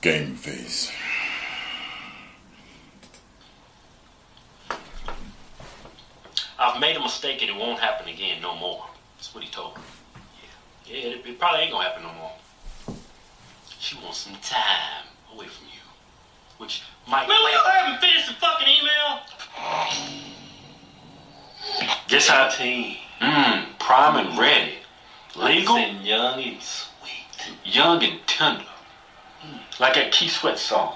game phase. I've made a mistake and it won't happen again no more. That's what he told her. Yeah, yeah it, it probably ain't gonna happen no more. She wants some time away from you, which might. Man, we all haven't finished the fucking email. Guess how? Teen. Mmm, prime and ready, legal, And young and sweet. young and tender, Mm, like that Key Sweat song.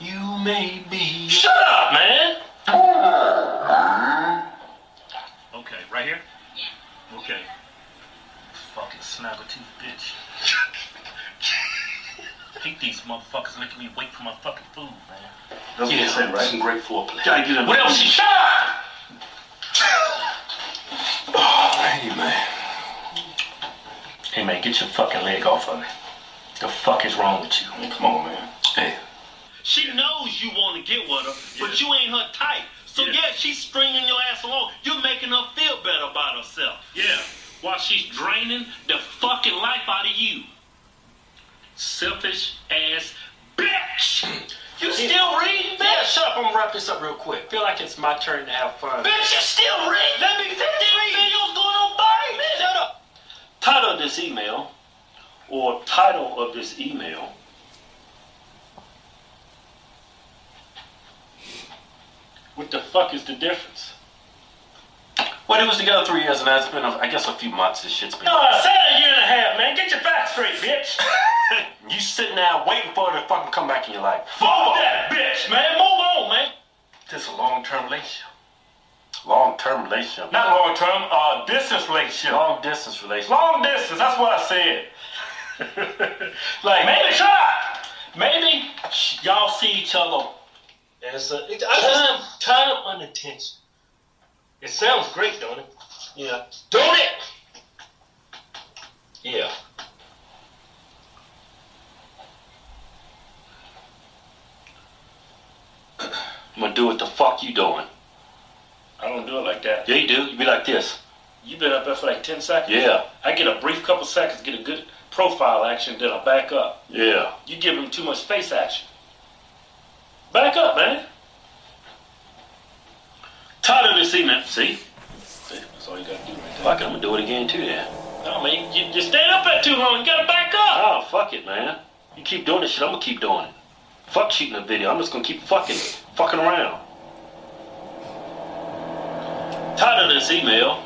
You may be. Shut up, man. Okay, right here? Okay. Fucking snagger tooth bitch. Hate these motherfuckers making me wait for my fucking food, man. That's Yeah, some great foreplay. Gotta get What else? Shut up. Hey man, Hey man, get your fucking leg off of me. The fuck is wrong with you? come on man. Hey, She knows you want to get with her, but you ain't her type. So Yeah. yeah. she's stringing your ass along. You're making her feel better about herself. Yeah, while she's draining the fucking life out of you. Selfish ass bitch. You still reading, bitch? yeah, shut up. I'm gonna wrap this up real quick. Feel like it's my turn to have fun. Bitch, you still reading? Let me finish reading. Videos going on by me. Shut up. Title of this email, or title of this email. What the fuck is the difference? Well, it was together three years, and now it's been, a, I guess, a few months. This shit's been. No, I said a year and a half, man. Get your back straight, bitch. You sitting there waiting for it to fucking come back in your life. Fuck that bitch, man. Move on, man. This is a long-term relationship. Long-term relationship. Not long term, uh, distance relationship. long-distance relationship. Long distance, that's what I said. like, maybe shut up. Maybe sh- y'all see each other. It's a, it, I just, time unattention. It sounds great, don't it? Yeah. Don't it? Yeah. I'm gonna do what the fuck you doing. I don't do it like that. Yeah, you do. You be like this. You've been up there for like 10 seconds. Yeah. I get a brief couple seconds, get a good profile action, then I back up. Yeah. You give him too much face action. Back up, man. Tired of this email. See? See? That's all you gotta do right there. Fuck it, I'm gonna do it again too then. No, man, you, you stand up there too long. You gotta back up. Oh, fuck it, man. You keep doing this shit, I'm gonna keep doing it. Fuck shooting a video, I'm just gonna keep fucking, fucking around. Title of this email.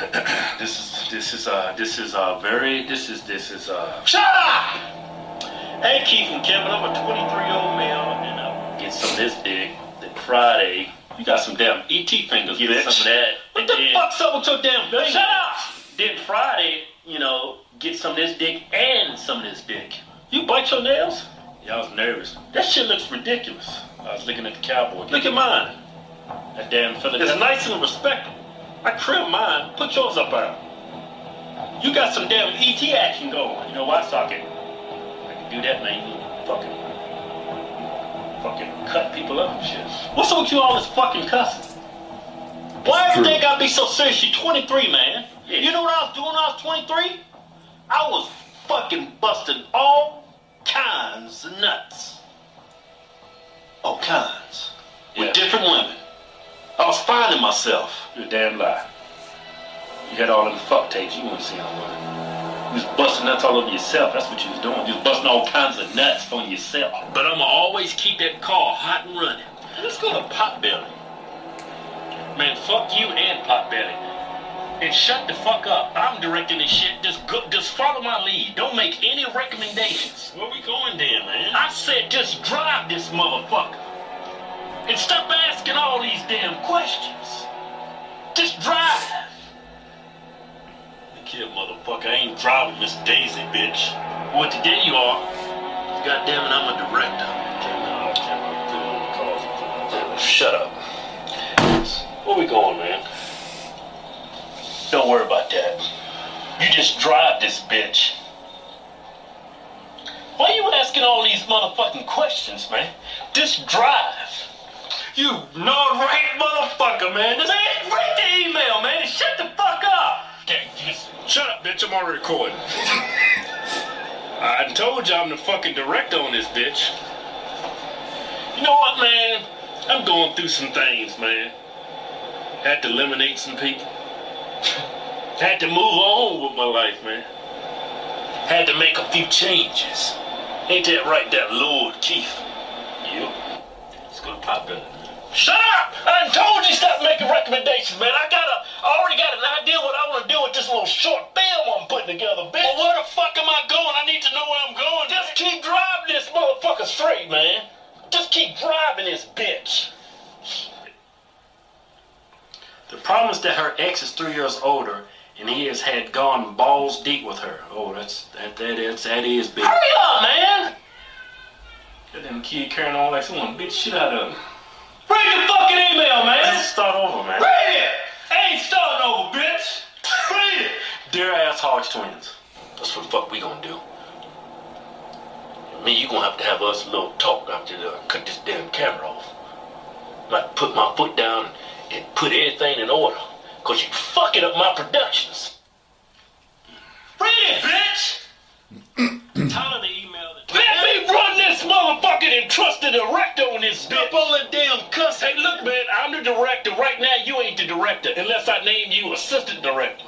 this is this is uh this is uh very this is this is uh Shut up! Hey Keith and Kevin, I'm a 23 year old male and I'll get some of this dick then Friday. You got some damn ET fingers, get Bitch. some of that. What and the then- fuck's up with your damn thing? Shut up! Then Friday, you know, get some of this dick and some of this dick. You bite your nails? Yeah, I was nervous. That shit looks ridiculous. I was looking at the cowboy. Look at mine. that damn fella. It's nice and respectable. I trim mine. Put yours up out. You got some damn ET action going. You know why, Socket? I can do that, man. You fucking, fucking cut people up and shit. What's up with you all this fucking cussing? Why everything True. gotta be so serious? You're 23, man. Yeah. You know what I was doing when I was 23? I was fucking busting all kinds of nuts. All kinds. Yeah. With different women. I was finding myself. You're a damn lie. You had all them fuck tapes. You weren't seeing one. You was busting nuts all over yourself. That's what you was doing. You was busting all kinds of nuts on yourself. But I'ma always keep that car hot and running. Let's go to Potbelly. Man, fuck you and Potbelly. And shut the fuck up. I'm directing this shit. Just go, just follow my lead. Don't make any recommendations. Where we going then, man? I said just drive this motherfucker. And stop asking all these damn questions. Just drive. Look here, motherfucker. I ain't driving this Daisy, bitch. Well, today you are. God damn it, I'm a director. Shut up. Where we going, man? Don't worry about that. You just drive this bitch. Why you asking all these motherfucking questions, man? Just drive. You not right motherfucker, man. This ain't read the email, man. Shut the fuck up. Okay, just- Shut up, bitch. I'm already recording. I told you I'm the fucking director on this bitch. You know what, man? I'm going through some things, man. Had to eliminate some people. Had to move on with my life, man. Had to make a few changes. Ain't that right, that Lord Keith? You? It's good pop Billy. Shut up! I done told you stop making recommendations, man. I got a, I already got an idea what I want to do with this little short film I'm putting together, bitch. Well, where the fuck am I going? I need to know where I'm going. Just keep driving this motherfucker straight, man. Just keep driving this bitch. The problem is that her ex is three years older, and he has had gone balls deep with her. Oh, that's that that is that is big. Hurry up, man! That damn kid carrying on like someone bitch shit out of him. Read the fucking email, man! Let's start over, man. Read it! Ain't starting over, bitch! Read it! Dear ass Hogs twins. That's what the fuck we gonna do. Me, you gonna have to have us a little talk after the, I cut this damn camera off. Like put my foot down and put everything in order. Cause you fucking up my productions. Read it, bitch! Tyler the email that Let me run this motherfucking and trust the director on this bitch! Up on the damn cuss. Hey, look, man, I'm the director. Right now, you ain't the director unless I name you assistant director.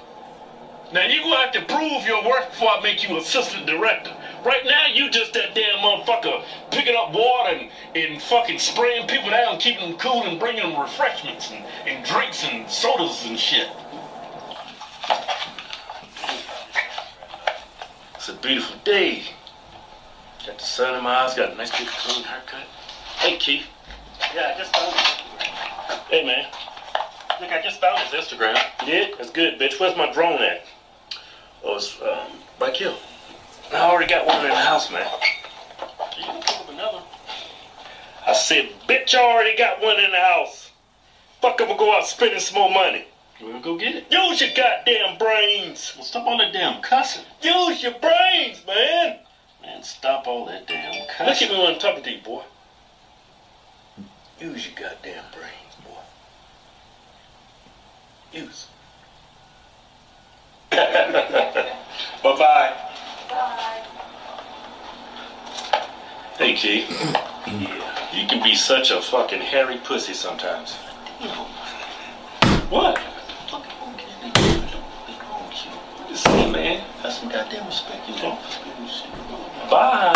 Now, you gonna have to prove your worth before I make you assistant director. Right now, you just that damn motherfucker picking up water and, and fucking spraying people down, keeping them cool, and bringing them refreshments and, and drinks and sodas and shit. It's a beautiful day. Got the sun in my eyes, got a nice big clean haircut. Hey, Keith. Yeah, I just found it. Hey, man. Look, I just found his Instagram. Yeah, that's good, bitch. Where's my drone at? Oh, it's um, right here. I already got one in the house, man. You can pull up another. I said, bitch, I already got one in the house. Fuck, I'm gonna go out spending some more money. We're gonna go get it. Use your goddamn brains. Well, stop all that damn cussing. Use your brains, man. Man, stop all that damn Look cussing. at me when I'm talking to you, boy. Use your goddamn brains, boy. Use. Bye bye. Hey, Keith. yeah. You can be such a fucking hairy pussy sometimes. What? Fucking okay, they do it. They grown cute. Just say, man. That's some goddamn respect you know. Bye.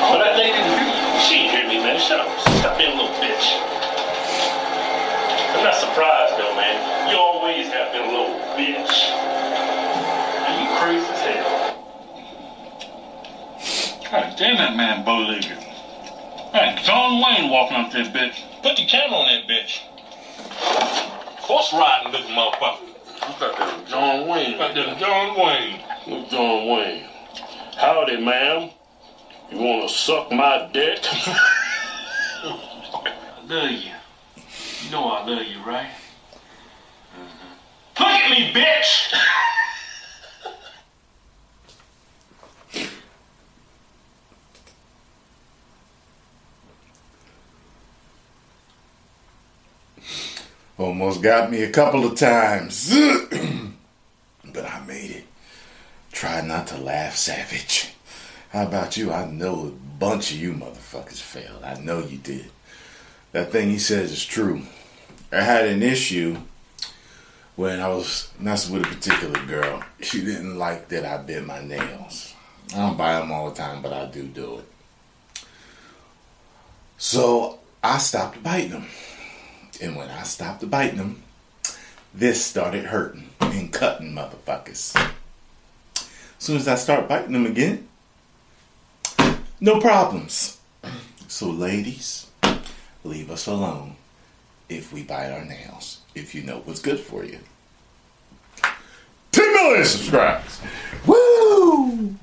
Oh, that lady, she didn't hear me, man. Shut up. Stop being a little bitch. I'm not surprised, though, man. You always have been a little bitch. Are you crazy as hell? God damn that man, Bo Leaguer. Man, John Wayne walking up that bitch. Put the camera on that bitch. Horse riding, little motherfucker. John Wayne. Like the John Wayne. Look, John Wayne. Howdy, ma'am. You want to suck my dick? I love you. You know I love you, right? Look at me, bitch! Almost got me a couple of times. but I made it. Try not to laugh, Savage. How about you? I know a bunch of you motherfuckers failed. I know you did. That thing he says is true. I had an issue when I was messing with a particular girl. She didn't like that I bit my nails. I don't buy them all the time, but I do do it. So I stopped biting them. And when I stopped biting them, this started hurting and cutting motherfuckers. soon as I start biting them again, no problems. So, ladies, leave us alone if we bite our nails, if you know what's good for you. 10 million subscribers! Woo!